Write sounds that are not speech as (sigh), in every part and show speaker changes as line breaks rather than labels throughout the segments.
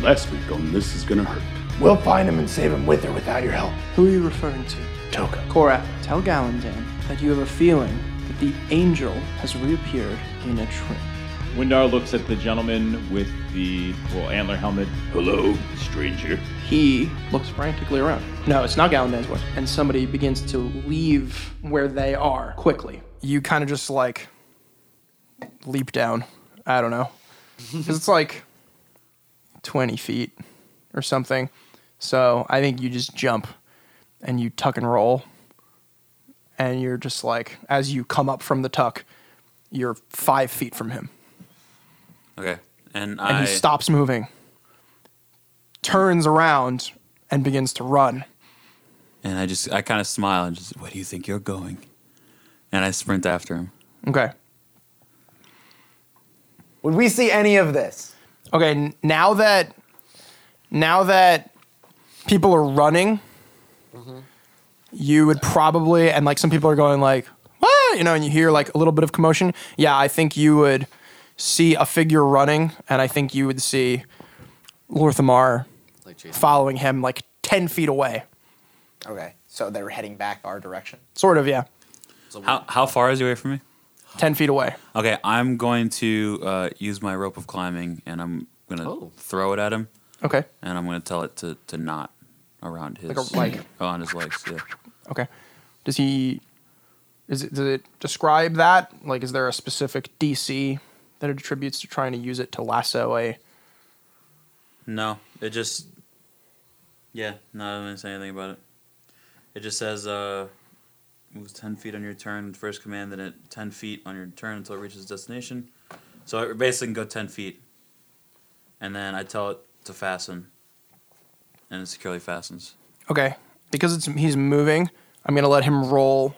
last week on This Is Gonna Hurt.
We'll find him and save him with or without your help.
Who are you referring to?
Toka.
Korak, tell Galandan that you have a feeling that the angel has reappeared in a trim.
Windar looks at the gentleman with the well antler helmet.
Hello, stranger.
He looks frantically around. No, it's not Galandan's voice. And somebody begins to leave where they are quickly. You kind of just like leap down. I don't (laughs) know. 'Cause it's like 20 feet or something. So I think you just jump and you tuck and roll. And you're just like, as you come up from the tuck, you're five feet from him.
Okay. And,
and
I
he stops moving, turns around, and begins to run.
and I just I kind of smile and just where do you think you're going? And I sprint after him.
Okay.
Would we see any of this?
Okay. n- Now that, now that people are running, you would probably and like some people are going like, what? You know, and you hear like a little bit of commotion. Yeah, I think you would see a figure running, and I think you would see Lorthamar
Like
following him like ten feet away.
Okay, so they're heading back our direction.
Sort of, yeah,
How how far is he away from me?
ten feet away.
Okay, I'm going to uh, use my rope of climbing and I'm gonna
Oh.
throw it at him
Okay.
and I'm gonna tell it to, to knot around his
Like a leg.
on his legs. Yeah.
Okay. Does he? Is it? Does it describe that? Like, is there a specific DC that it attributes to trying to use it to lasso a?
No, it just. Yeah, no, I didn't say anything about it. It just says uh, moves ten feet on your turn with first command, then at ten feet on your turn until it reaches its destination. So it basically can go ten feet, and then I tell it to fasten, and it securely fastens.
Okay. Because it's he's moving, I'm gonna let him roll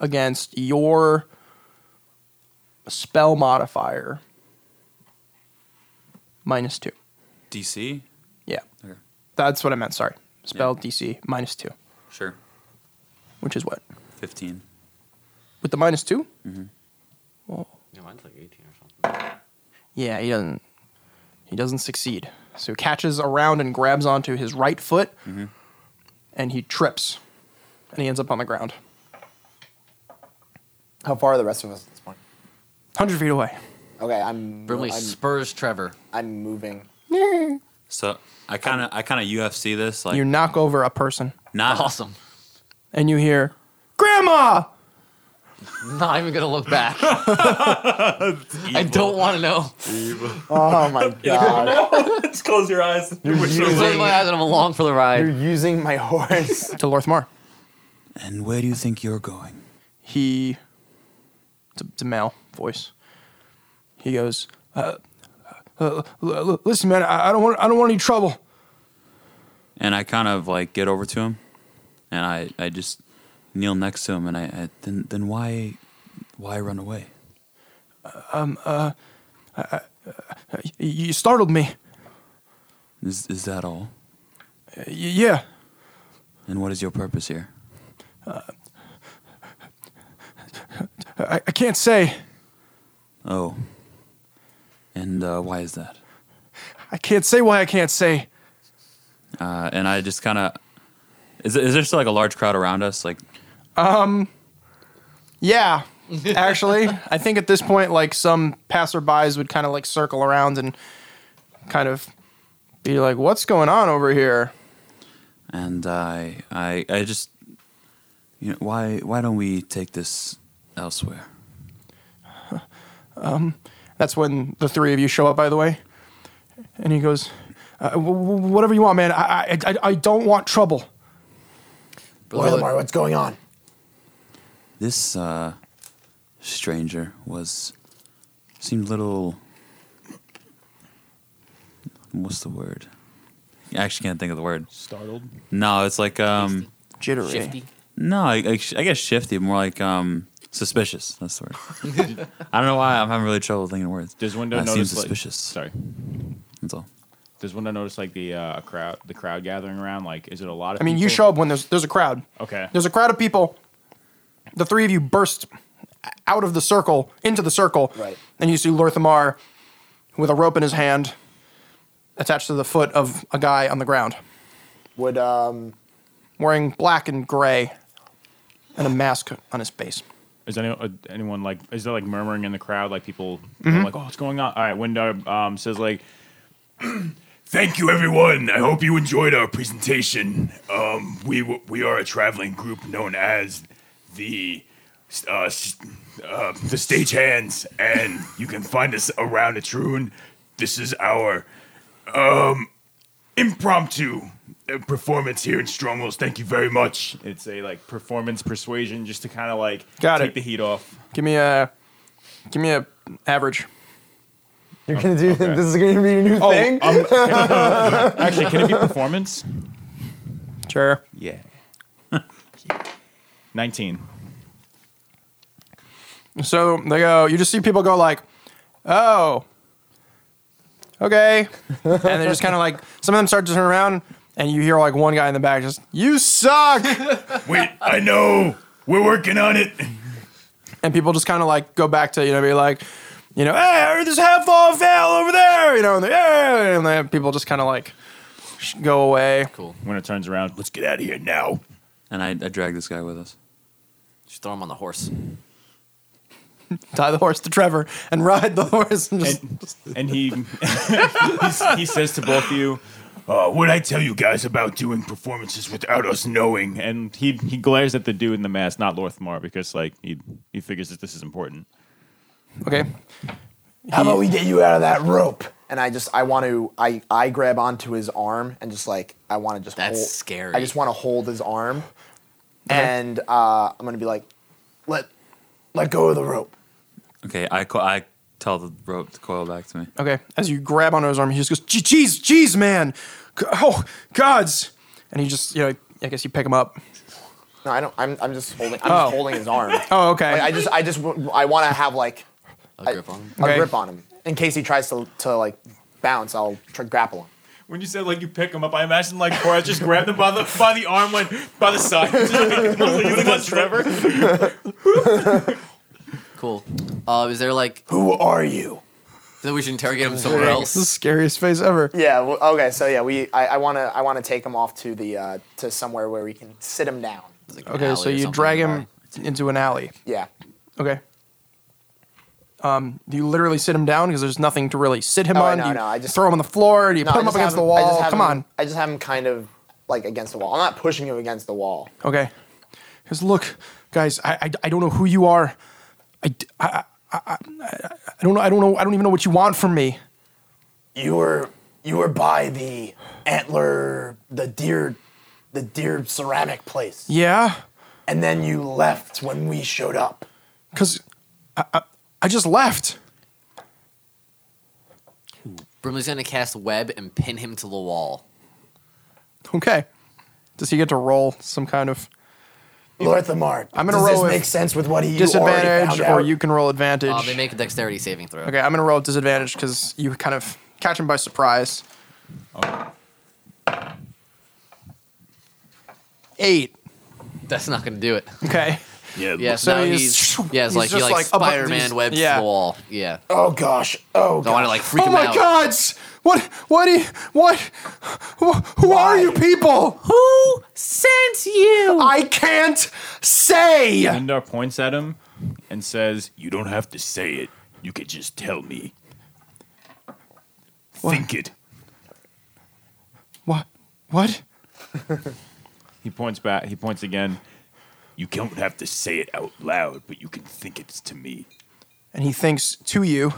against your spell modifier minus two.
DC,
Yeah.
Okay.
That's what I meant. Sorry. Spell DC minus two,
sure,
which is what
fifteen.
with the minus two.
Yeah, mine's like 18 or something.
Yeah, he doesn't. He doesn't succeed. So he catches around and grabs onto his right foot, and he trips, and he ends up on the ground,
How far are the rest of us at this point?
hundred feet away.
Okay, I'm.
Brimley
I'm,
spurs Trevor. (laughs)
I'm moving.
So I kind of, I kind of UFC this like
you knock over a person,
not
Awesome.
and you hear, "Grandma!"
Not even gonna look back. I don't want to know.
(laughs) Oh my god!
Just close your eyes.
I'm closing my eyes and I'm along for the ride.
You're using my (laughs) horse.
To Lorthmar,
And where do you think you're going?
he. It's a, it's a male voice. He goes, uh, uh, l- l- "Listen, man, I, I don't want. I don't want any trouble."
and I kind of like get over to him, and I, I just kneel next to him, and I, I then then why why run away?
Y- You startled me.
Is is that all?
Y- yeah.
And what is your purpose here?
I, I can't say.
Oh, and uh, why is that?
I can't say why I can't say.
Uh, and I just kind of is is there still like a large crowd around us? Like
Yeah, actually, I think at this point, like some passerbys would kind of like circle around and kind of be like, "What's going on over here?"
and I I I just you know why why don't we take this elsewhere?
That's when the three of you show up, by the way. And he goes, uh, w- w- "Whatever you want, man. I I, I, I don't want trouble."
Orlamar, what's going on?
This uh, stranger was seemed a little. What's the word? I actually can't think of the word.
Startled?
No, it's like um.
Jittery.
Shifty.
No, I, I sh- I guess shifty, more like um suspicious. That's the word. I don't know why I'm having really trouble thinking of words.
Does Window
I seem
notice?
suspicious.
Like, sorry.
That's all.
Does Window notice like the uh, crowd, the crowd gathering around? Like, is it a lot of?
I mean, you
people?
show up when there's there's a crowd.
Okay.
There's a crowd of people. The three of you burst out of the circle into the circle.
Right.
And you see Lorthamar with a rope in his hand, attached to the foot of a guy on the ground
Would um
wearing black and gray and a mask on his face.
Is any, uh, anyone like is there like murmuring in the crowd like people
Mm-hmm.
like oh what's going on? All right, Windar um, says like
Thank you, everyone. I hope you enjoyed our presentation. Um, we w- we are a traveling group known as the uh, s- uh, the Stagehands, and you can find us around Etrune. This is our um, impromptu uh, performance here in Strongholds. Thank you very much.
it's a like performance persuasion just to kind of like
Got
take
it.
the heat off.
Give me a give me a average.
(laughs) you're gonna do
okay.
this is gonna be your new thing?
um, actually, can it be performance?
Sure.
Yeah. Nineteen.
So they go, you just see people go like, oh, okay. And they're just kind of like, some of them start to turn around and you hear like one guy in the back just, you suck.
Wait, I know we're working on it.
and people just kind of like go back to, you know, be like, you know, hey, I heard this half fall fail over there, you know, and, they, "Yeah," and then people just kind of like sh- go away. (laughs)
When it turns around,
Let's get out of here now.
And I, I drag this guy with us.
Just throw him on the horse.
Tie the horse to Trevor and (laughs) ride the horse and just,
and, and he (laughs) he's, he says to both of you,
Uh, what I tell you guys about doing performances without us knowing?
and he he glares at the dude in the mask, not Lorthmar, because like he he figures that this is important.
okay.
How about we get you out of that rope?
and I just I want to I I grab onto his arm and just like I want to just
That's
hold-
scary.
I just want to hold his arm, and uh, I'm gonna be like,
Let let go of the rope.
Okay, I co- I tell the rope to coil back to me.
Okay. As you grab onto his arm, he just goes, "Gee- "Jeez, jeez, man! G- Oh, gods!" And he just, you know, I guess you pick him up.
no, I don't. I'm I'm just holding. I'm
Oh.
just holding his (laughs) arm.
Oh, okay.
Like, I just I just w- I want to have like
A grip on him.
a
Okay.
grip on him in case he tries to to like bounce. I'll tr- grapple him.
When you said like you pick him up, I imagine like Cora just grabbed him by the by the arm, like by the side, (laughs) just like, looking at Trevor.
Cool. Uh, is there like
Who are you?
then we should interrogate him somewhere
This is
else?
the scariest face ever.
Yeah. Well, okay. So yeah, we I, I wanna I wanna take him off to the uh, to somewhere where we can sit him down.
Like an
(laughs) Okay,
alley
so
or
you
something.
drag him into an alley.
Yeah.
Okay. Um, do you literally sit him down because there's nothing to really sit him
No,
on?
Oh, no,
do you
no, I just-
throw him on the floor. Do you
No,
put
I
him up
just
against
have
the
him- I just
wall?
have
Come
him-
on.
I just have him kind of like against the wall. I'm not pushing him against the wall.
Okay. Because look, guys, I, I, I don't know who you are. I, d- I, I- I- I don't know. I don't know. I don't even know what you want from me.
You were you were by the antler, the deer, the deer ceramic place,
Yeah.
and then you left when we showed up.
Because I, I, I just left.
Brimley's gonna cast web and pin him to the wall.
Okay. Does he get to roll some kind of
Lorthamar,
I'm gonna
does
roll
this
with
make sense with what he you already
disadvantage
found
or
out?
you can roll advantage?
Uh, they make a dexterity saving throw.
okay, I'm going to roll disadvantage because you kind of catch him by surprise. Eight.
That's not gonna do
(laughs)
it.
Okay.
Yeah,
Yeah,
So
so now
he's-
he's, yeah, it's
he's
like he
just
like,
like up-
Spider Man
he's-
webs
yeah.
to the wall. Yeah.
Oh gosh. Oh
So
gosh.
I want to like freak
oh
him
my
out.
gods! What? What? do you- What? Who, who are you people?
Who sent you?
I can't say.
Lindar points at him and says,
You don't have to say it. You could just tell me. Think it.
What? What?
he points back, he points again.
You don't have to say it out loud, but you can think it's to me.
And he thinks to you.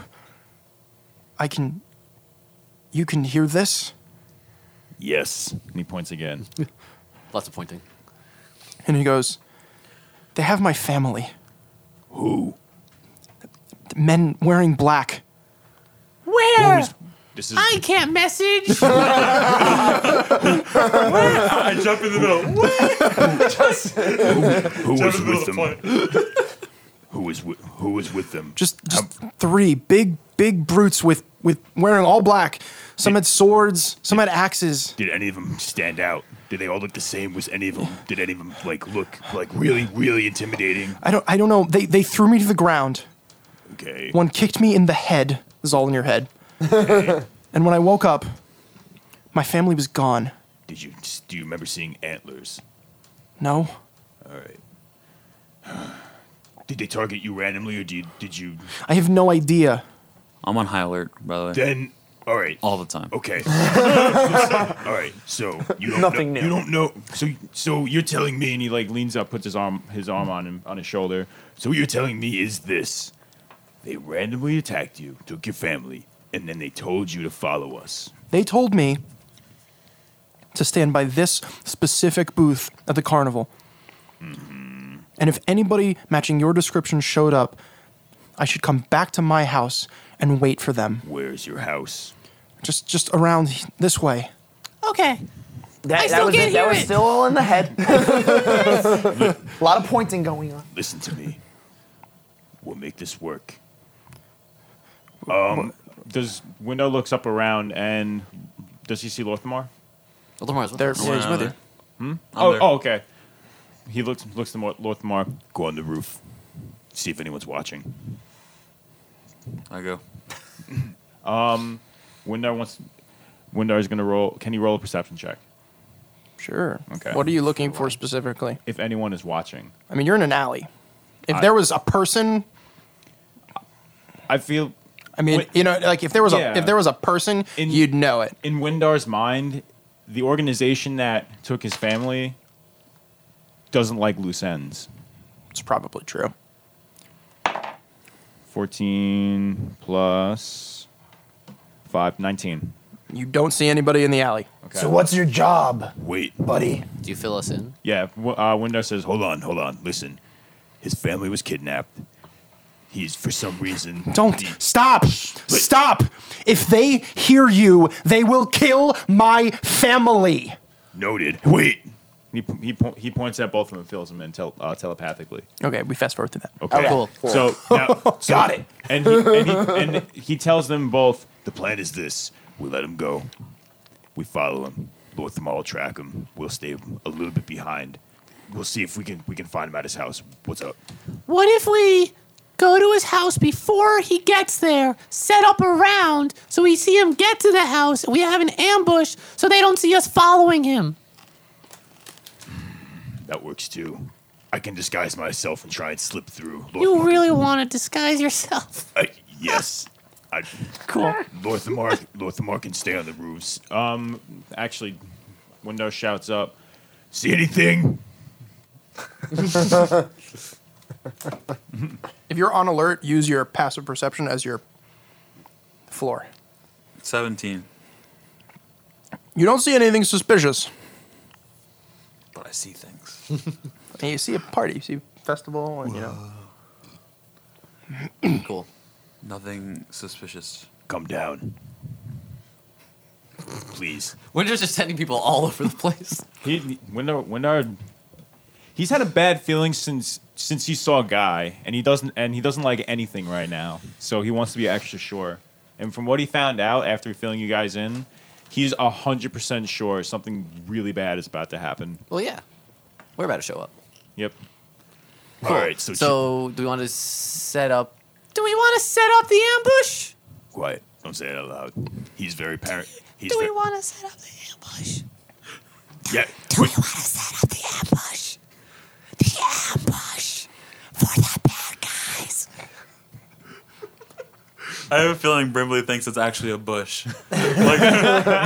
I can. You can hear this.
Yes.
And he points again.
Lots of pointing.
And he goes, They have my family.
Who?
The men wearing black.
Where?
This is
I can't message.
(laughs)
I jump in the
(laughs)
middle.
Who was with them? Who was with, who was with them?
Just, just three big, big brutes with, with wearing all black. Some had swords, some had axes.
Did any of them stand out? Did they all look the same? Was any of them? Did any of them like look like really really intimidating?
I don't, I don't know. They, they threw me to the ground.
Okay.
One kicked me in the head. This is all in your head. and when I woke up, My family was gone.
Did you do you remember seeing antlers?
No,
All right. Did they target you randomly, or did you, did you?
I have no idea.
I'm on high alert, by the way.
Then, all right.
All the
Oh,
time.
(laughs)
Okay. all right. So you don't
Nothing
know,
new.
You don't know. So so you're telling me, and he like leans up, puts his arm his arm on him on his shoulder. So what you're telling me is this: they randomly attacked you, took your family, and then they told you to follow us.
They told me to stand by this specific booth at the carnival. And if anybody matching your description showed up, I should come back to my house and wait for them.
Where's your house?
Just just around h- this way.
Okay.
That,
I still
was,
can't
that
hear
was
it.
still all in the head. a (laughs) lot of pointing going on.
Listen to me. We'll make this work.
Um,
Um,
Does Window looks up around and does he see Lorthmar?
Otherwise, what
There-
the-
yeah, he's with you.
I'm
oh,
there.
oh, okay. He looks looks to Mor- Lorthmar.
Go on the roof. See if anyone's watching.
I go.
Windar wants. Windar is gonna roll. Can he roll a perception check
Sure.
Okay.
What are you looking for specifically?
if anyone is watching?
I mean, you're in an alley. If there was a person,
I feel
I mean,
Wait.
you know, like if there was
Yeah.
a if there was a person,
In-
you'd know it.
in Windar's mind, the organization that took his family doesn't like loose ends.
It's probably true.
14 plus 5, 19.
You don't see anybody in the alley.
Okay.
So what's your job,
Wait.
buddy?
do you fill us in?
Yeah, w- uh, Windar says, hold
Hold on, hold on. Listen. His family was kidnapped. He's for some reason.
Don't
the-
stop. Stop. If they hear you, they will kill my family.
noted. Wait.
He, p- he, po- he points at both of them and fills them in tel- uh, telepathically.
Okay, we fast forward to that.
Okay.
Cool.
(laughs)
So, now, so-
Got it.
And he, and, he,
(laughs)
and he tells them both,
The plan is this: we let him go, we follow him, Lorthmar will track him. We'll stay a little bit behind. We'll see if we can we can find him at his house. What's up?
What if we go to his house before he gets there, set up a round so we see him get to the house, and we have an ambush so they don't see us following him?
That works too. I can disguise myself and try and slip through. Lorthmar,
(laughs) You really want to disguise yourself.
I- yes. I, cool. Lorthmar, Lorthmar can stay on the roofs. Uh,
actually, Window shouts up,
see anything?
If you're on alert, use your passive perception as your floor.
17.
You don't see anything suspicious.
But I see things.
And you see a party, you see a festival, and you know.
Cool.
Nothing suspicious.
Come down, please.
Winter's just sending people all (laughs) over the place.
He Windar, Windar he's had a bad feeling since since he saw Guy, and he doesn't and he doesn't like anything right now. So he wants to be extra sure. And from what he found out after filling you guys in, he's hundred percent sure something really bad is about to happen.
Well, yeah, we're about to show up.
Yep.
All right. So,
So, do we want to set up?
Do we want to set up the ambush?
quiet. Don't say it out loud. He's very parent. He's
(laughs) Do we
ve-
want to set up the ambush?
yeah.
Do we want to set up the ambush? The ambush for the bad guys.
I have a feeling Brimley thinks it's actually a bush. (laughs) like,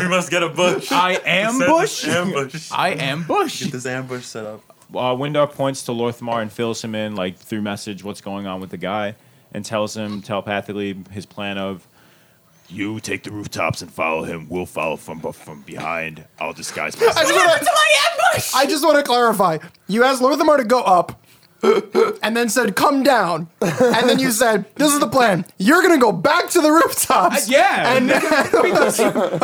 we must get a bush.
I
(laughs)
am Bush.
Ambush.
I am Bush.
Get this ambush set up.
uh, Windar points to Lorthmar and fills him in, like through message, what's going on with the guy, and tells him telepathically his plan of
You take the rooftops and follow him. We'll follow from from behind. I'll disguise myself.
It's my ambush!
I just want to clarify. You asked Lorthamar to go up, and then said, "Come down," and then you said, "This is the plan. You're gonna go back to the rooftops."
(laughs) yeah.
And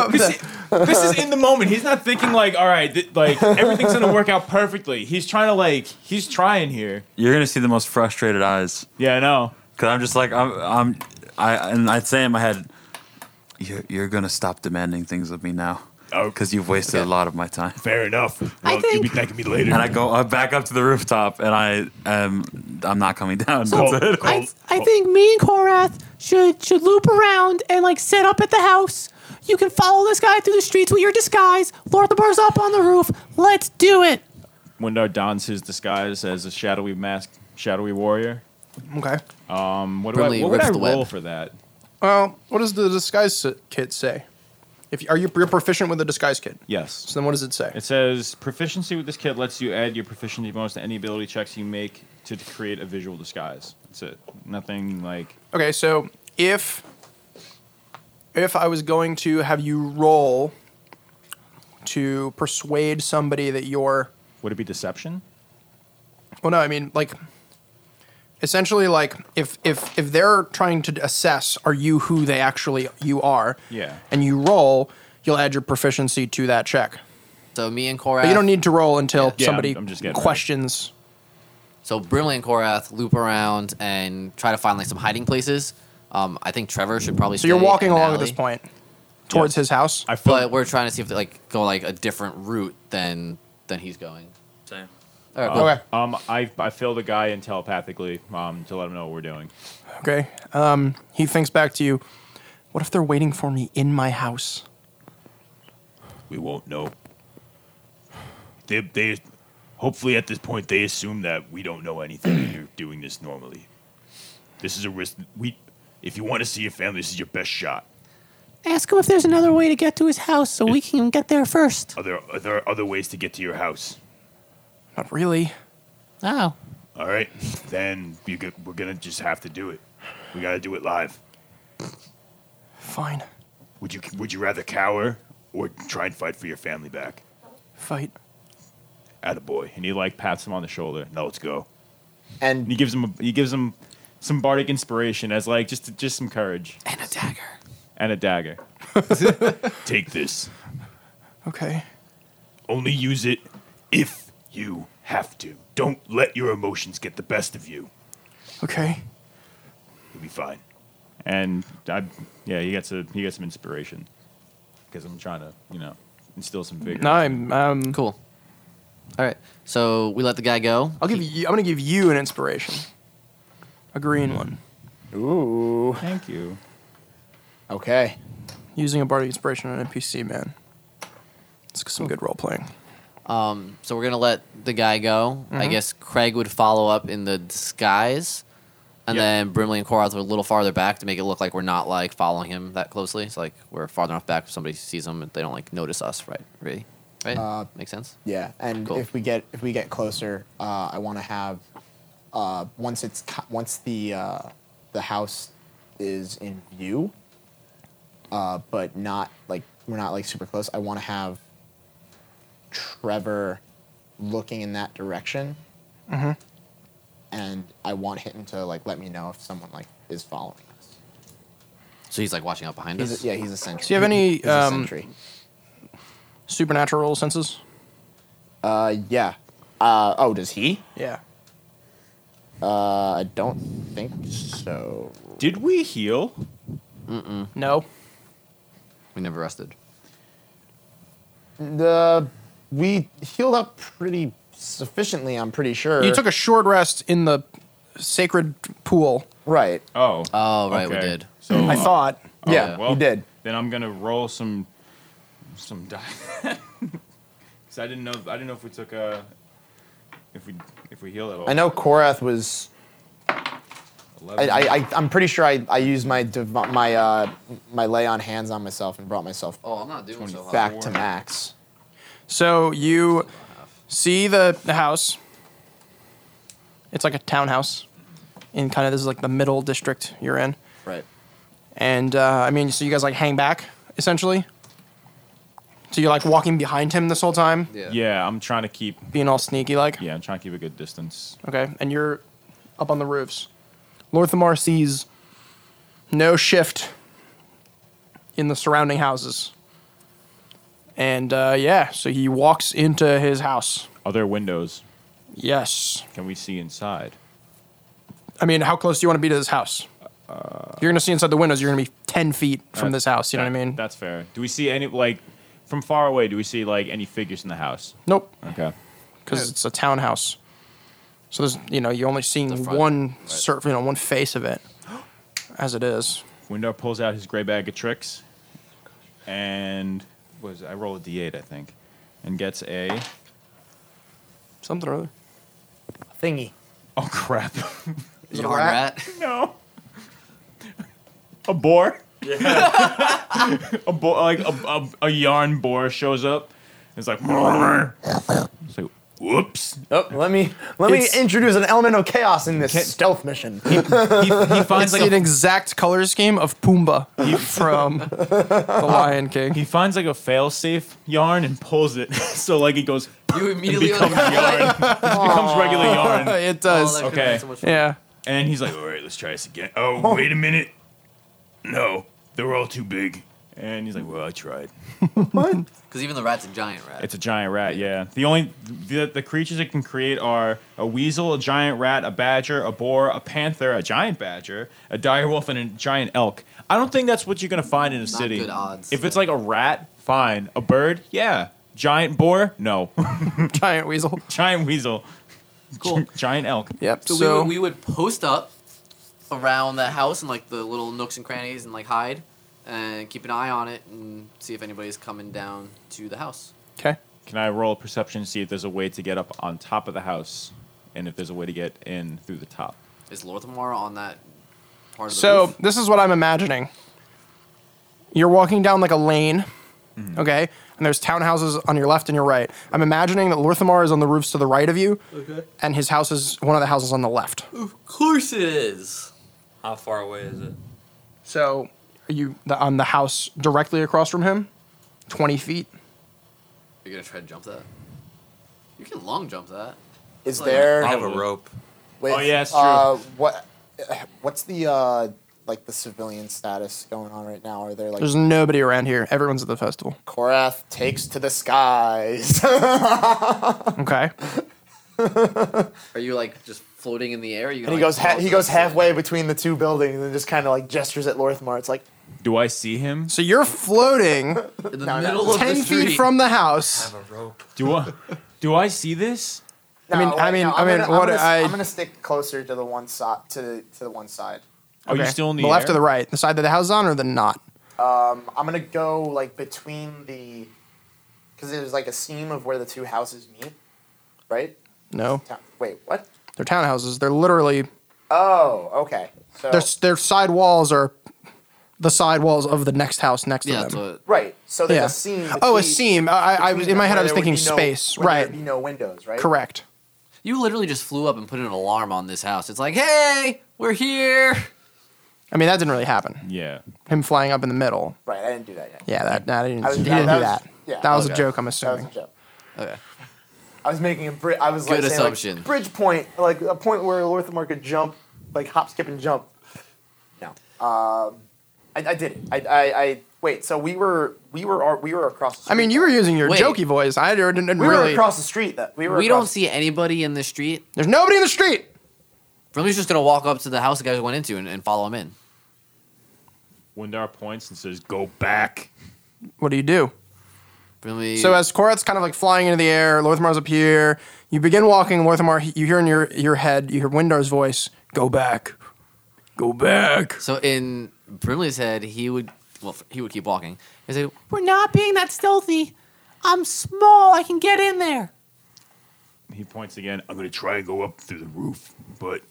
(laughs)
This, this is in the moment. He's not thinking like, all right, th- like everything's gonna work out perfectly. He's trying to like, he's trying here.
You're going to see the most frustrated eyes.
Yeah, I know.
Because I'm just like, I'm, I'm, I, and I'd say in my head, you're, you're going to stop demanding things of me now.
Oh.
Because you've wasted a lot of my time.
Fair enough. Well, you'll be
think-
thanking me later.
And I go uh, back up to the rooftop, and I am I'm not coming down.
(laughs)
That's it.
I, I think me and Korath should should loop around and like set up at the house. You can follow this guy through the streets with your disguise. Lord the bar's up on the roof. Let's do it.
Windar dons his disguise as a shadowy masked shadowy warrior.
(laughs) Okay.
Um, what do
Brinley
I, what would
rips
I
the web.
roll for that?
Well, what does the disguise s- kit say? If are you you're proficient with the disguise kit?
Yes.
So then what does it say?
It says proficiency with this kit lets you add your proficiency bonus to any ability checks you make to create a visual disguise. That's it. Nothing like
Okay, so if if I was going to have you roll to persuade somebody that you're
would it be deception?
well no, I mean like essentially like if if if they're trying to assess are you who they actually you are
Yeah.
and you roll you'll add your proficiency to that check.
So me and Korath.
But you don't need to roll until
Uh, Yeah, I'm-
somebody
I'm just getting ready.
questions.
So Brimley and Korath loop around and try to find like some hiding places. Um, I think Trevor should probably.
So you're
stay
walking
in an
along at this
alley,
point towards
Yes.
his house.
I feel
but we're trying to see if they like go like a different route than than he's going.
Same.
All right, cool.
Okay.
um I I filled a guy in telepathically um to let him know what we're doing.
Okay. Um, he thinks back to you. What if they're waiting for me in my house?
We won't know. They, they, hopefully, at this point, they assume that we don't know anything. and you're doing this normally. This is a risk. We, if you want to see your family, this is your best shot.
Ask him if there's another way to get to his house so we can get there first.
Are there, are there other ways to get to your house?
Not really.
Oh.
All right, then you get, we're gonna just have to do it. We gotta do it live.
Fine.
Would you Would you rather cower or try and fight for your family back?
Fight.
Attaboy.
And he like pats him on the shoulder.
Now let's go.
And
And
he gives him a, he gives him some bardic inspiration as like just just some courage
And a dagger.
and a dagger.
Take this.
Okay.
Only use it if you have to. Don't let your emotions get the best of you.
Okay.
You'll be fine.
And I yeah he gets a he gets some inspiration because I'm trying to you know instill some vigor.
No, I'm. Um,
Cool. All right. So we let the guy go.
I'll give you. I'm gonna give you an inspiration. A green one.
Thank you.
okay.
Using a bardic inspiration on an NPC man. It's some good role playing.
Um, so we're gonna let the guy go. I guess Craig would follow up in the disguise, and
Yep.
then Brimley and Korath are a little farther back to make it look like we're not like following him that closely. So like we're farther enough back if somebody sees him, they don't like notice us, right? Really, right?
Uh,
Makes sense.
Yeah, and
Cool.
if we get if we get closer, uh, I want to have uh, once it's co- once the uh, the house is in view, uh, but not like we're not like super close. I want to have Trevor looking in that direction,
Mm-hmm.
and I want him to like let me know if someone like is following us.
So he's like watching out behind
He's
us.
a, yeah, he's a sentry.
you have any,
He's a
um,
sentry.
Supernatural senses.
Uh, yeah. Uh, oh, does he?
Yeah.
Uh, I don't think so.
Did we heal?
No.
We never rested.
The we healed up pretty sufficiently. I'm pretty sure.
You took a short rest in the sacred pool.
right.
Oh.
Oh right, we
Okay.
did.
So
I thought.
yeah,
Oh, well,
you did.
Then I'm gonna roll some some die. (laughs) Cause I didn't know I didn't know if we took a if we if we heal at all.
I know Korath was.
11.
I, I, I I'm pretty sure I, I used my div- my uh my lay on hands on myself and brought myself
Oh, I'm not doing so hot.
back to max.
So you see the, the house. It's like a townhouse in kind of this is like the middle district you're in.
Right.
And uh, I mean, so you guys like hang back essentially. So you're like walking behind him this whole time,
yeah, I'm trying to keep
being all sneaky like.
yeah, I'm trying to keep a good distance.
Okay, and you're up on the roofs. Lord Thamar sees no shift in the surrounding houses. And uh, yeah, so he walks into his house.
Are there windows?
Yes.
Can we see inside?
I mean, how close do you want to be to this house? you're gonna see inside the windows. You're gonna be ten feet from
That-
this house. You know
that-
what I mean?
That's fair. Do we see any like from far away? Do we see like any figures in the house?
nope,
Okay.
because it's a townhouse. So there's, you know, you're only seeing
front,
one, cer- you know, one face of it, as it is.
Windar pulls out his gray bag of tricks and what is it? I roll a d8, I think, and gets a. (laughs)
Something or other.
Thingy.
Oh crap!
Is it a hard rat?
no. A boar. (laughs) a boar, like a, a, a yarn boar shows up. It's like. (laughs) It's like, whoops.
Oh, let me let me
It's-
introduce an element of chaos in this
Ca-
stealth mission.
He, he finds
It's
like
the
a
exact color scheme of Pumbaa (laughs) from The Lion
(laughs)
King.
He finds like a failsafe yarn and pulls it, (laughs) so like it goes.
(laughs) You immediately "Oh,
becomes
(laughs)
yarn. it becomes regular yarn.
it does.
could've been Okay. so
yeah.
And he's like, "All right, let's try this again."
Oh, wait a minute. No, they're all too big.
And he's like, "Well, I tried."
Because even the rat's a giant rat.
It's a giant rat. Yeah. The only the, the creatures it can create are a weasel, a giant rat, a badger, a boar, a panther, a giant badger, a dire wolf, and a giant elk. I don't think that's what you're gonna find in a city.
good odds.
If it's like a rat, fine. A bird, yeah. Giant boar, no. (laughs)
Giant weasel.
giant weasel,
cool.
(laughs) giant elk.
Yep.
So,
So,
we, would, we would post up around the house and like the little nooks and crannies and like hide and keep an eye on it and see if anybody's coming down to the house.
okay.
Can I roll a perception to see if there's a way to get up on top of the house and if there's a way to get in through the top?
Is Lorthamar on that part of the
So
roof?
this is what I'm imagining. You're walking down like a lane, okay, and there's townhouses on your left and your right. I'm imagining that Lorthamar is on the roofs to the right of you, okay. and his house is one of the houses on the left.
Of course it is.
How far away is it?
So are you the, on the house directly across from him, 20 feet?
You're gonna try to jump that. You can long jump that.
Is
Like,
there?
I have a
Probably.
rope.
With,
Oh, yeah, it's
Uh, what? What's the uh, like the civilian status going on right now? Are there like
There's nobody around here. Everyone's at the festival.
Korath takes to the skies? (laughs)
Okay.
Are you like just floating in the air? Are you
and he
like,
goes ha-
fall
he
to
goes
the side?
halfway between the two buildings and just kind of like gestures at Lorthmar. It's like
Do I see him?
So you're floating
in the middle of
10
the street.
feet from the house.
I have a rope.
Do I do I see this?
I mean-
"No,
I
wait,
mean-
no,
I
I'm
mean,
gonna-
what
I'm gonna,
I-
am gonna stick closer to the one side to to the one side.
Are Oh, you still in the,
the left
air?
or the right? The side that the house is on or the not?
I'm gonna go like between the because there's like a seam of where the two houses meet, right?
No.
Ta- Wait, what?
They're townhouses. They're literally
Oh, okay. So
their their side walls are the side walls of the next house next
Yeah,
to
that's
them.
what-
right. So there's
Yeah.
a seam.
oh, a
between-
seam. I, I, I was in my head. I
where
was
there would
thinking
be no-
space.
where
Right.
There'd be no windows, right?
Correct.
You literally just flew up and put an alarm on this house. It's like, hey, we're here.
I mean, that didn't really happen.
Yeah.
Him flying up in the middle.
Right. I didn't do that yet.
Yeah, that, that didn't,
I was-
he
that-
didn't
that
do
was-
that.
yeah.
that was
Okay.
a joke. I'm
That was
assuming.
a joke.
Okay.
I was making a bri- I was like
Good
saying, like,
assumption.
bridge point, like a point where Lorthamar could jump, like hop, skip, and jump. No, um, I, I did it. I, I, I wait. So we were we were ar- we were across. The street.
I mean, you were using your
Wait.
jokey voice. I didn't, didn't
we were
really.
across the street. That we were.
We don't
across-
see anybody in the street.
There's nobody in the street.
Brimley's just gonna walk up to the house the guys went into and, and follow him in.
Windar points and says, "Go back."
What do you do?
Brimley.
So as Korath's kind of like flying into the air, Lorthamar's up here. You begin walking. Lorthamar, you hear in your your head, you hear Windar's voice. Go back. Go back.
So in Brimley's head, he would well, he would keep walking. He's like,
We're not being that stealthy. I'm small. I can get in there.
He points again.
I'm gonna try and go up through the roof, but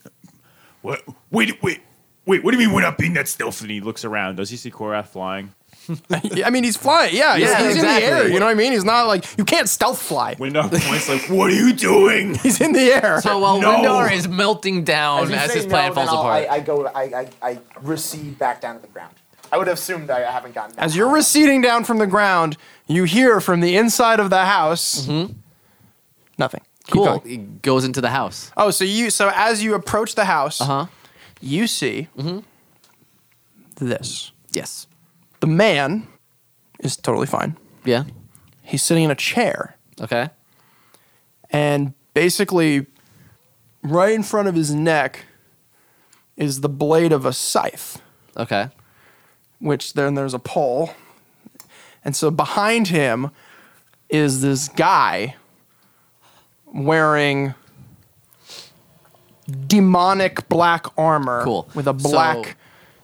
what? Wait, wait, wait. What do you mean we're not being that stealthy?
And he looks around. Does he see Korath flying?
Yeah, (laughs) I mean, he's flying. Yeah, he's-
Yeah,
he's,
exactly.
in the air. You know what I mean? He's not like you can't stealth fly.
Windar points like,
What are you
(laughs)
doing?
He's in the air.
so while
No.
Windar is melting down
you
as,
say
his plan
no, then
falls
I'll-
apart,
I, I go. I, I I recede back down to the ground. I would have assumed I haven't gotten. that
As you're
high.
receding down from the ground, you hear from the inside of the house nothing. Keep
Mm-hmm. cool.
going.
He goes into the house.
Oh, so you so as you approach the house,
Uh huh.
you see
Mm-hmm.
this.
Yes.
The man is totally fine.
Yeah.
He's sitting in a chair.
Okay.
and basically right in front of his neck is the blade of a scythe
Okay.
which then there's a pole and so behind him is this guy wearing demonic black armor
Cool.
with a black
So-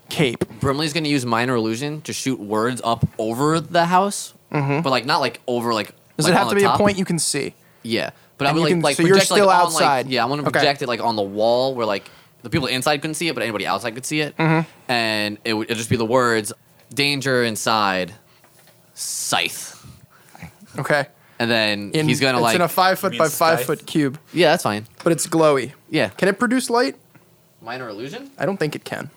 cape
Brimley's gonna use minor illusion to shoot words up over the house, but like not like over like.
Mm-hmm. Does
like,
it have
on
to
the
be a
top.
point you can see?
Yeah, but
And
I'm
you
like
can-
like
so you're
project, like,
still
on, like-
outside.
yeah, I'm gonna
Okay.
project it like on the wall where like the people inside couldn't see it, but anybody outside could see it,
Mm-hmm.
and it would it'd just be the words "danger inside, scythe,"
Okay.
and then
In,
he's gonna
it's
like
in a five foot
mean
by five
scythe?
foot cube,
yeah, that's fine.
but it's glowy.
Yeah,
Can it produce light?
minor illusion.
I don't think it can.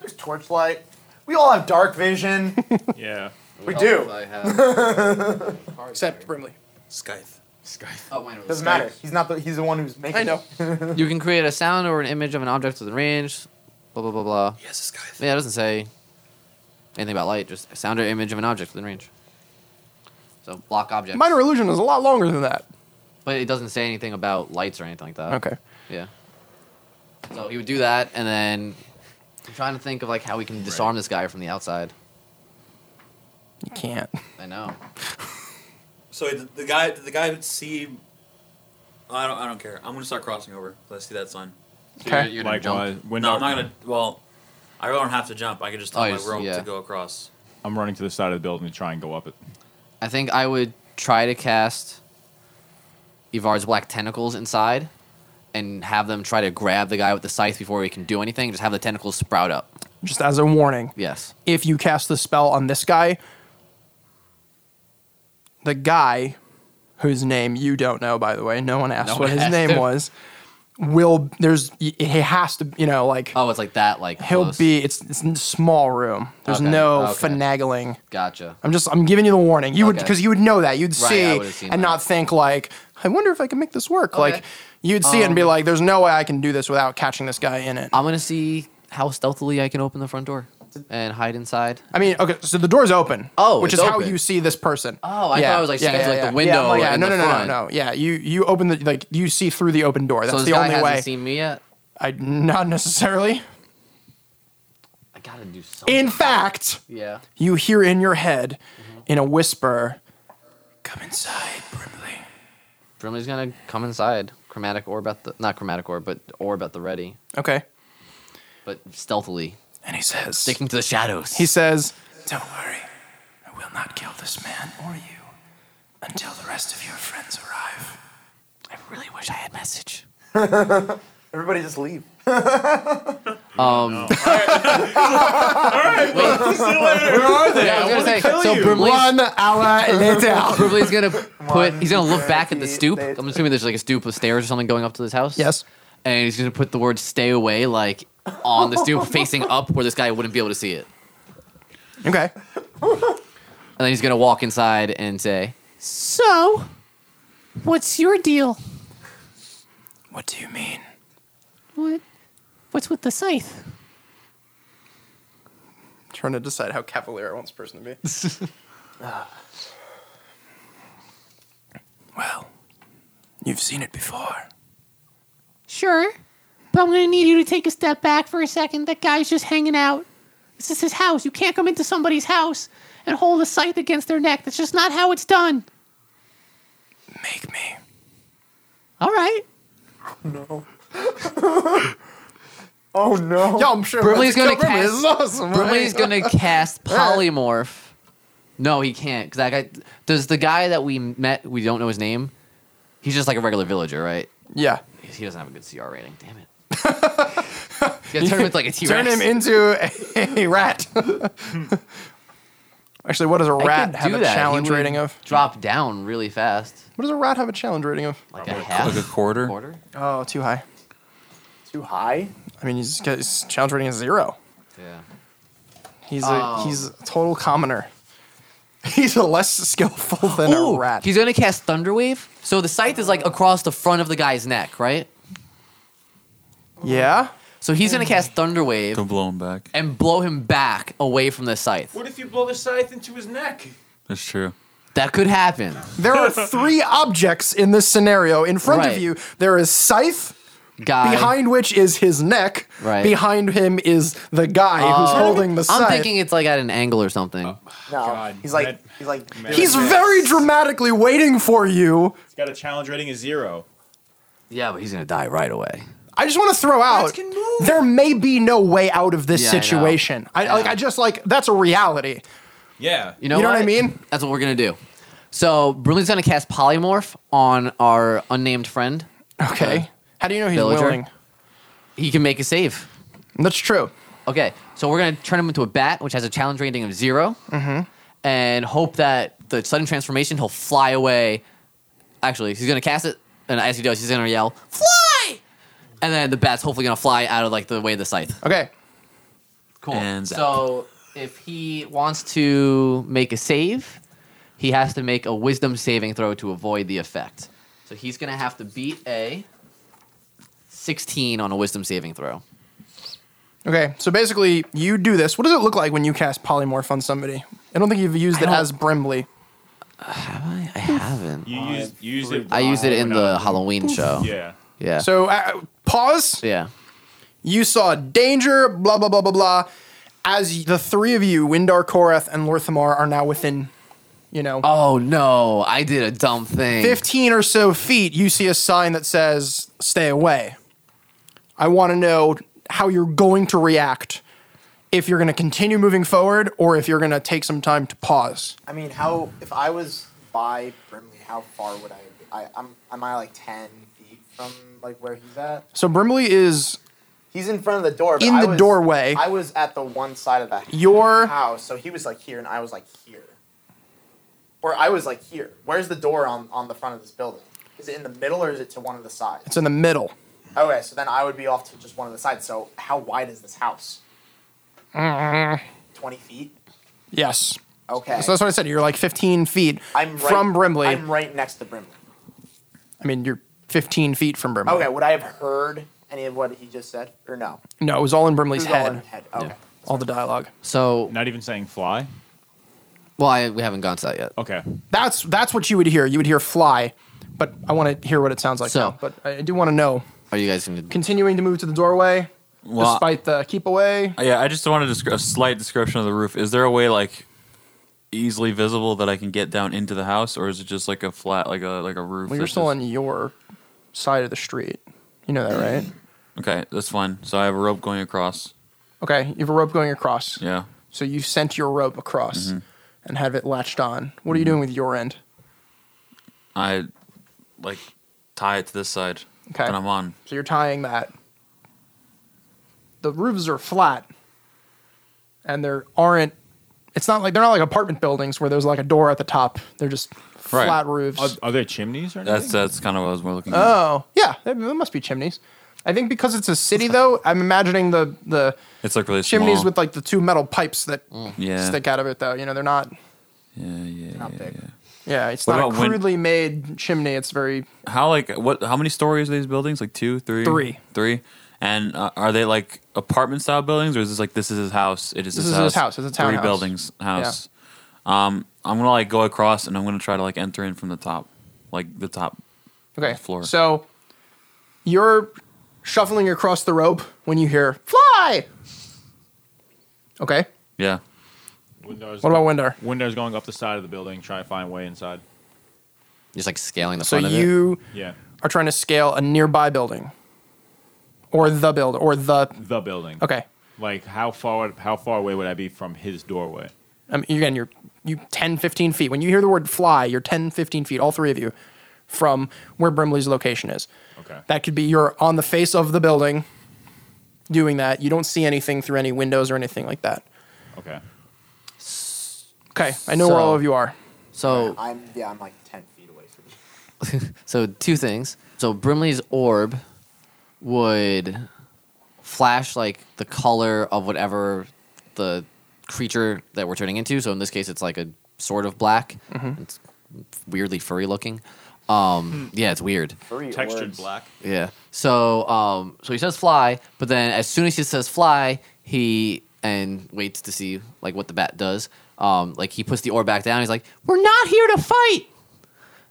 There's torchlight. We all have dark vision.
Yeah.
we do.
(laughs)
I have
Except Brimley.
Scythe. Scythe.
oh, minor (laughs)
Doesn't matter. He's not. The, he's the one who's making.
I
(laughs)
know.
You can create a sound or an image of an object within range. Blah blah blah blah.
Yes, Scythe.
Yeah, it doesn't say anything about light. Just a sound or image of an object within range. So block object.
Minor illusion is a lot longer than that.
But it doesn't say anything about lights or anything like that.
Okay.
Yeah. So he would do that, and then I'm trying to think of like how we can disarm this guy from the outside.
You can't.
I know.
So the, the guy, the guy would see. I don't. I don't care. I'm gonna start crossing over. Let's see that sign.
So you're-
Okay.
you're gonna jump.
Likewise, when
No, I'm not gonna. Well, I don't have to jump. I can just tell
Oh,
my
yes,
rope
yeah.
to go across.
I'm running to the side of the building to try and go up it.
I think I would try to cast Ivar's black tentacles inside, and have them try to grab the guy with the scythe before he can do anything. Just have the tentacles sprout up.
Just as a warning,
Yes.
if you cast the spell on this guy, the guy whose name you don't know, by the way, no one asked
No
what
one
his
asked.
name was, will, there's, he has to, you know, like,
Oh, it's like that. Like
he'll
close.
be, it's, it's in a small room. There's
Okay,
no
okay.
finagling.
Gotcha.
I'm just, I'm giving you the warning. You would,
Okay.
because you would know that. You'd
Right, I
see
would've seen
and
that.
not think, like, I wonder if I can make this work.
Okay. Um,
Like, you'd see it and be like, there's no way I can do this without catching this guy in it.
I'm gonna see how stealthily I can open the front door and hide inside.
I mean, okay, so the door's open.
Oh,
which
it's
is how
open.
you see this person.
Oh, I thought I was, like, seeing through, like, the window
Yeah, I'm yeah
and
no,
the
no, no,
front.
no, no. Yeah, you you open the like you see through the open door. That's
so this
the
guy
only
hasn't
way.
seen me yet.
I not necessarily.
I gotta do something.
In fact,
yeah.
you hear in your head, in a whisper, "Come inside, Brimley."
Brimley's gonna come inside. Chromatic orb at the not chromatic orb, but orb at the ready,
Okay,
but stealthily
and he says,
sticking to the (laughs) shadows.
he says, "Don't worry, I will not kill this man or you until the rest of your friends arrive."
I really wish I had message.
Everybody just leave.
Yeah, I was gonna say. So Brimley's,
hour later.
Brimley's gonna put.
One,
he's gonna look
two,
back at the
three,
stoop.
eight.
I'm assuming there's like a stoop with stairs or something going up to this house.
(laughs) Yes.
And he's gonna put the word "stay away" like on the
(laughs)
stoop, facing up, where this guy wouldn't be able to see it.
Okay.
And then he's gonna walk inside and say,
So, what's your deal?
What do you mean?
What? What's with the scythe?
trying to decide how cavalier I want this person to be. (laughs) Ah. well, you've seen it before.
Sure, but I'm gonna need you to take a step back for a second. That guy's just hanging out. This is his house. You can't come into somebody's house and hold a scythe against their neck. That's just not how it's done.
Make me.
All right.
Oh no.
Yeah, I'm sure.
Brimley's gonna
Brimley,
cast.
This is awesome. right? (laughs)
Brimley's gonna cast polymorph. No, he can't. Cause that guy does the guy that we met. We don't know his name. He's just like a regular villager, right?
Yeah.
He doesn't have a good CR rating. Damn
(laughs)
it. yeah, turn him into like a T
Turn
Rex.
him into a, a rat. (laughs) Actually, what does a rat have a challenge rating of?
Drop down really fast,
What does a rat have a challenge rating of?
like a half
quarter.
quarter.
Oh, too high.
Too high.
I mean, he's got his challenge rating is zero.
Yeah.
He's a
Oh.
he's a total commoner. (laughs) He's a less skillful than a rat.
He's gonna cast Thunderwave. So the scythe is like across the front of the guy's neck, right?
yeah.
So he's gonna cast Thunderwave
blow him back.
and blow him back away from the scythe.
What if you blow the scythe into his neck?
That's true.
That could happen.
There are three objects in this scenario in front
Right.
of you. There is scythe,
Guy.
behind which is his neck.
Right. Oh.
Behind him is the guy who's holding the
I'm
scythe.
thinking it's like at an angle or something.
No.
God,
he's like.
Matt-
he's like.
He's very dramatically waiting for you.
He's got a challenge rating of zero.
yeah, but he's gonna die right away.
I just want to throw out
can move.
there may be no way out of this
Yeah, I know.
situation. I, like I just like that's a reality.
Yeah.
You know,
You know what I mean?
That's what we're gonna do. So Brulee's gonna cast polymorph on our unnamed friend.
Okay. How do you know he's
Uh, Villager?
willing?
He can make a save.
That's true.
Okay, so we're gonna turn him into a bat, which has a challenge rating of 0
Mm-hmm.
and hope that the sudden transformation he'll fly away. Actually, he's gonna cast it, and as he does, he's gonna yell "Fly!" And then the bat's hopefully gonna fly out of like the way of the scythe.
Okay.
Cool.
And zap.
so if he wants to make a save, he has to make a wisdom saving throw to avoid the effect. So he's gonna have to beat a 16 on a wisdom saving throw.
Okay. So basically, you do this. What does it look like when you cast polymorph on somebody? I don't think you've used it
don't-
as Brimley.
I, I haven't.
You use you use it.
I used it in the Halloween show.
Yeah.
Yeah.
So uh, pause.
yeah.
You saw danger, blah, blah, blah, blah, blah. As the three of you, Windar, Korath, and Lorthamar, are now within, you know,
Oh no, I did a dumb thing.
15 or so feet, you see a sign that says, stay away. I want to know how you're going to react. If you're going to continue moving forward or if you're going to take some time to pause.
I mean, how if I was by Brimley, how far would I? I I'm am I like ten feet from like where he's at?
So Brimley is
He's in front of the door. But
In
I
the
was,
doorway.
I was at the one side of the
Your-
house, so he was like here, and I was like here, or I was like here. Where's the door on on the front of this building? Is it in the middle or is it to one of the sides?
it's in the middle.
Okay, so then I would be off to just one of the sides. So how wide is this house? Twenty feet.
Yes.
Okay.
So that's what I said. You're like 15 feet
I'm right,
from Brimley.
I'm right next to Brimley.
I mean, you're 15 feet from Brimley.
Okay, would I have heard any of what he just said, or no?
No, it was all in
It
Brimley's
was
head.
all in head. Okay.
all the dialogue.
so
Not even saying fly.
well, I, we haven't gone to that yet.
Okay.
That's that's what you would hear. You would hear fly, but I want to hear what it sounds like.
So-
now. but I I do want to know.
Are you guys gonna?
Continuing to move to the doorway,
Well,
despite the keep away.
Uh, Yeah, I just wanted descri- a slight description of the roof. Is there a way like easily visible that I can get down into the house, or is it just like a flat, like a like a roof?
Well, you're
that's
still
just-
on your side of the street. You know that, right?
Okay, that's fine. So I have a rope going across.
Okay, you have a rope going across.
Yeah. Mm-hmm.
So you sent your rope across and have it latched on. What are you doing with your end?
I like tie it to this side.
Okay.
And I'm on.
So you're tying that. The roofs are flat, and there aren't. It's not like they're not like apartment buildings where there's like a door at the top. They're just
Right.
flat roofs.
Are, are there chimneys or anything?
That's that's kind of what I was more looking. at.
Oh, yeah, there there must be chimneys. I think because it's a
(laughs)
city, though, I'm imagining the the
It's like really
chimneys
small.
with like the two metal pipes that
yeah.
stick out of it. Though you know they're not.
Mm. Yeah, yeah,
Not
yeah,
big.
yeah.
Yeah, it's
What
not a
about when-
crudely made chimney. It's very
How like what? How many stories are these buildings? Like two, three,
Three.
three. And uh, are they like apartment style buildings, or is this like this is his house? It is
This
his
is
house.
his house. It's a
Three
townhouse.
buildings house. Um, I'm gonna like go across, and I'm gonna try to like enter in from the top, like the top.
okay.
Floor.
So you're shuffling across the rope when you hear fly. Okay.
Yeah.
Windows,
What about Windar?
windows going up the side of the building, trying to find a way inside?
Just like scaling the
So
front of it.
you
Yeah.
are trying to scale a nearby building, or the build, or the
The building.
okay.
Like how far how far away would I be from his doorway?
I mean, Um, again, you're you 10, 15 feet. When you hear the word fly, you're 10, 15 feet, all three of you, from where Brimley's location is.
Okay.
That could be you're on the face of the building doing that. You don't see anything through any windows or anything like that.
Okay.
Okay, I know where
So-
all of you are.
So
I'm yeah, I'm like ten feet away from you.
so two things. So Brimley's orb would flash like the color of whatever the creature that we're turning into. So in this case, it's like a sort of black. It's weirdly furry looking. Um, yeah, it's weird.
Three
Textured
words.
black.
Yeah. So um so he says fly, but then as soon as he says fly, he and waits to see like what the bat does. Um like he puts the orb back down. He's like, "We're not here to fight."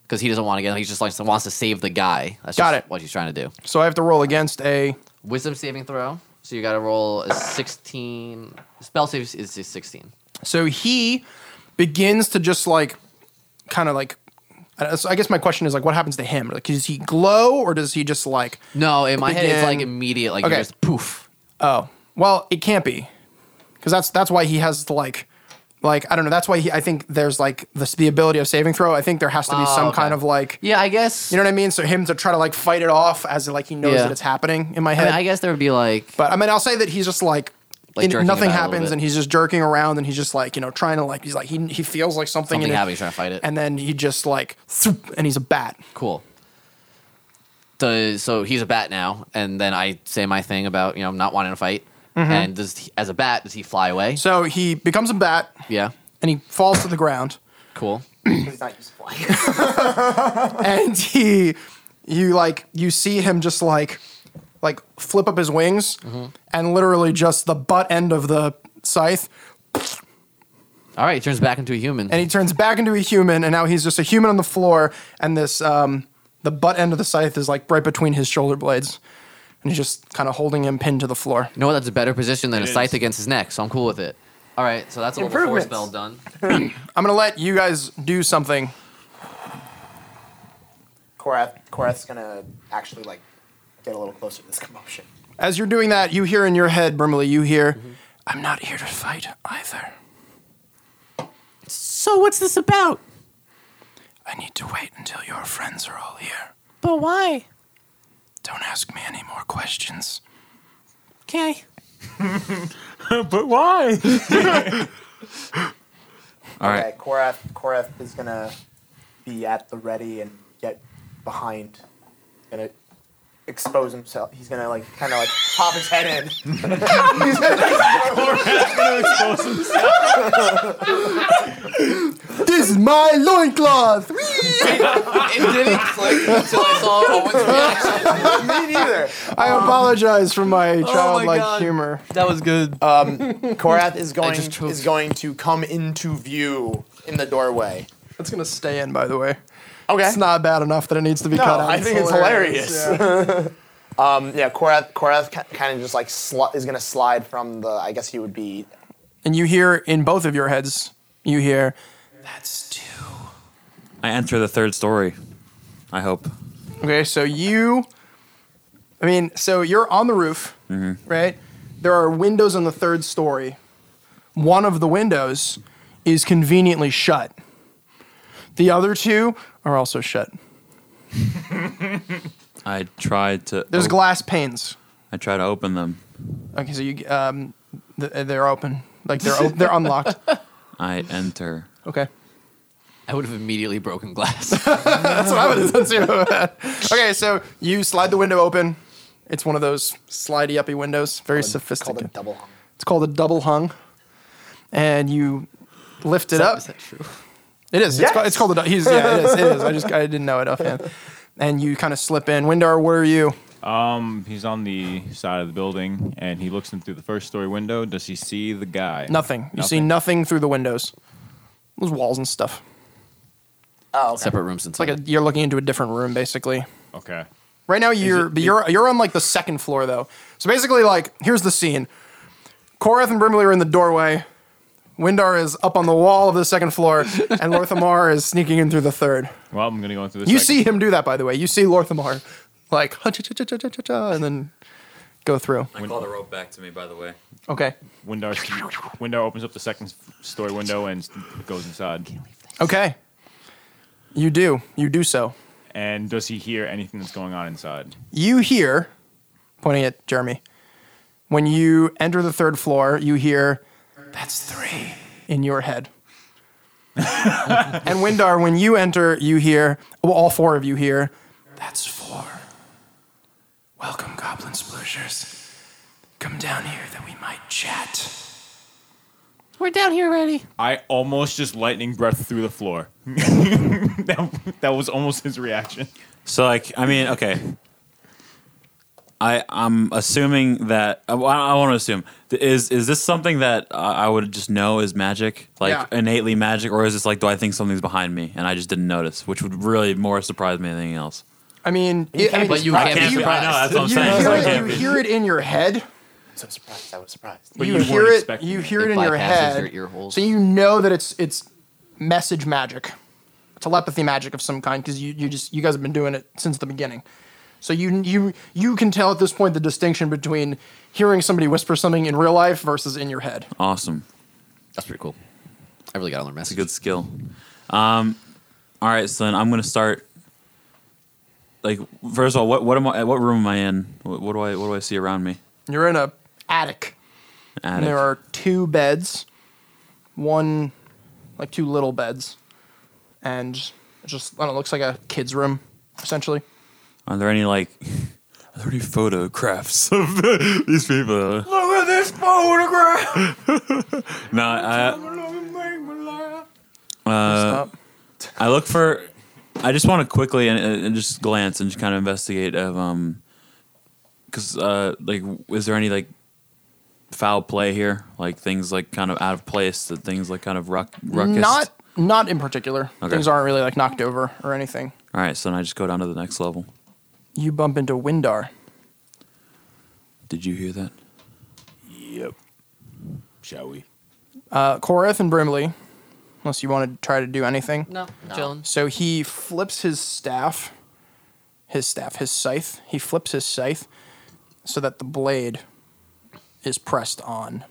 Cuz he doesn't want to get he just like wants to save the guy. That's
Got
just
it.
what he's trying to do.
So I have to roll against a.
Wisdom saving throw. So you got to roll a 16. Spell save is is 16.
So he begins to just like kind of like I, so I guess my question is like, what happens to him? Like, does he glow or does he just like?
No, in my head it's like
Begin.
immediate, like
Okay.
you just poof.
Oh, well, it can't be, because that's that's why he has to like, like I don't know. That's why he, I think there's like this, the ability of saving throw. I think there has to be some
Oh, okay.
kind of like,
Yeah, I guess.
you know what I mean. So him to try to like fight it off as like he knows
Yeah.
that it's happening in my
I,
head.
mean, I guess there would be like
But I mean, I'll say that he's just like,
Like
in-
jerking
nothing
about a little
happens,
bit.
and he's just jerking around, and he's just like, you know, trying to like, he's like, he, he feels like something,
Something
in it,
happening, he's trying to fight it.
and then he just like, "Thoop," and he's a bat.
cool. Does so he's a bat now, and then I say my thing about you know not wanting to fight. And does he, as a bat does he fly away?
Mm-hmm. So he becomes a bat,
yeah,
and he falls to the ground, (laughs)
cool.
He's not used to flying.
and he, you like, you see him just like, like flip up his wings,
Mm-hmm.
and literally just the butt end of the scythe,
All right, he turns back into a human.
and he turns back into a human, and now he's just a human on the floor, and this um the butt end of the scythe is like right between his shoulder blades. And he's just kind of holding him pinned to the floor.
you know what? That's a better position than a
is.
scythe against his neck, so I'm cool with it. All right, so that's a level four
Improvements.
spell done.
I'm gonna let you guys do something.
Korath, Korath's gonna actually like get a little closer to this commotion.
As you're doing that, you hear in your head, Brimley, you hear, I'm not here to fight either.
So what's this about?
I need to wait until your friends are all here.
But why?
Don't ask me any more questions.
Okay.
but (laughs) why?
All right,
Okay, Korath, Korath is gonna be at the ready and get behind. Gonna expose himself. He's gonna like kind of like pop his head in. He's gonna,
This is my loincloth!
it didn't click until I saw
(laughs)
Owen's reaction.
me neither.
I apologize for Oh my childlike
God.
humor.
That was good.
Korath is going
just choked.
is going to come into view in the doorway.
That's gonna stay in, by the way.
Okay.
It's not bad enough that it needs to be
No,
cut out.
I think it's um, yeah, Korath, Korath kind of just like sli- is gonna slide from the. I guess he would be.
and you hear in both of your heads, you hear,
I enter the third story. I hope.
Okay, so you, I mean, so you're on the roof,
Mm-hmm.
right? There are windows on the third story. One of the windows is conveniently shut. The other two are also shut.
I tried to.
There's
oh,
glass panes.
I try to open them.
Okay, so you um, th- they're open, like they're o- they're
(laughs)
unlocked.
I enter.
Okay.
I would have immediately broken glass.
That's what I would have done too. okay, so you slide the window open. It's one of those slidey uppy windows, very
called a
sophisticated.
double hung.
It's called a double hung, and you lift it up.
(laughs) Is that true?
It is. It's, called, it's called a. du- He's yeah. It is. It is. I just I didn't know it offhand. And you kind of slip in. Windar, where are you?
He's on the side of the building, and he looks in through the first story window. Does he see the guy?
Nothing. You see nothing through the windows. Those walls and stuff.
Oh, okay.
Separate rooms and
It's like a, you're looking into a different room, basically.
Okay.
Right now, you're
it-
but you're you're on like the second floor though. So basically, like here's the scene: Korath and Brimley are in the doorway. Windar is up on the wall of the second floor, and Lorthamar is sneaking in through the third.
Well, I'm gonna go into this.
You see him do that, by the way. You see Lorthamar, like "Ha-cha-cha-cha-cha-cha-cha," and then go through.
I call the rope back to me, by the way.
Okay.
Windar. Window opens up the second story window and goes inside.
Okay. You do. You do so.
And does he hear anything that's going on inside?
You hear, pointing at Jeremy, when you enter the third floor, you hear, that's three in your head. and Windar, when you enter, you hear, well, all four of you hear, that's four. Welcome, goblin splooshers. Come down here that we might chat.
We're down here already.
I almost just lightning breath through the floor. (laughs) that, that was almost his reaction.
So, like, I mean, okay. I I'm assuming that I, I want to assume Th- is is this something that I I would just know is magic, like
Yeah.
innately magic, or is this like do I think something's behind me and I just didn't notice, which would really more surprise me than anything else.
I mean, it- I mean,
but you
surprised.
can't
Can't
be
be right now. That's
surprised.
what I'm
you
saying.
hear
I
it-
can't
you
be.
hear it in your head.
I'm so surprised. I was surprised.
But
you,
you
hear
weren't
it.
expecting
You
it.
hear
It
it in your
bypasses
head.
your ear holes.
So you know that it's it's message magic. It's telepathy magic of some kind because you, you just you guys have been doing it since the beginning. So you you you can tell at this point the distinction between hearing somebody whisper something in real life versus in your head.
Awesome.
That's pretty cool. I really got to learn
It's a
message.
good skill. Um, all right, so then I'm gonna start. Like, first of all, what what am I? What room am I in? What, what do I what do I see around me?
You're in a attic. And
Attic.
there are two beds, one like two little beds, and it's just I don't know, it looks like a kid's room essentially.
Are there any like? (laughs) Are there any photographs of (laughs) these people?
Look at this photograph.
(laughs) No, I Uh,
Stop.
I look for. I just want to quickly and, and just glance and just kind of investigate of um, because uh, like, is there any like foul play here? Like things like kind of out of place, that things like kind of ruck, ruckus.
Not not in particular.
Okay.
Things aren't really like knocked over or anything.
All right, so then I just go down to the next level.
You bump into Windar.
Did you hear that?
Yep. Shall we?
Uh, Korath and Brimley, unless you want to try to do anything.
No, chilling.
So he flips his staff, his staff, his scythe. He flips his scythe so that the blade is pressed on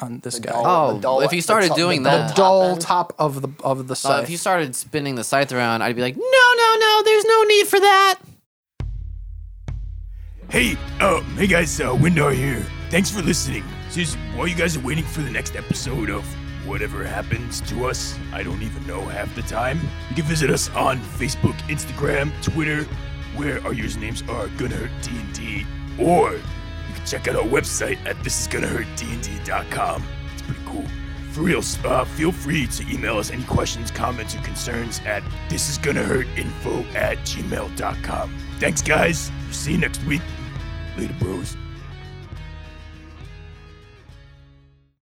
on this guy.
dull-
Oh,
the dull-
if he started
the-
doing
the
the
that,
dull
end?
top of the of the
uh,
scythe.
if you started spinning the scythe around, I'd be like, no.
no, no, there's no need for that.
Hey, uh, hey guys, uh, Windar here. Thanks for listening. Just while you guys are waiting for the next episode of whatever happens to us, I don't even know half the time. You can visit us on Facebook, Instagram, Twitter, where our usernames are Gonna Hurt D&D, or you can check out our website at thisisgonnahurtdnd.com. It's pretty cool. For real, uh, feel free to email us any questions, comments, or concerns at thisisgonnahurtinfo at gmail.com. Thanks, guys. See you next week. Later, bros.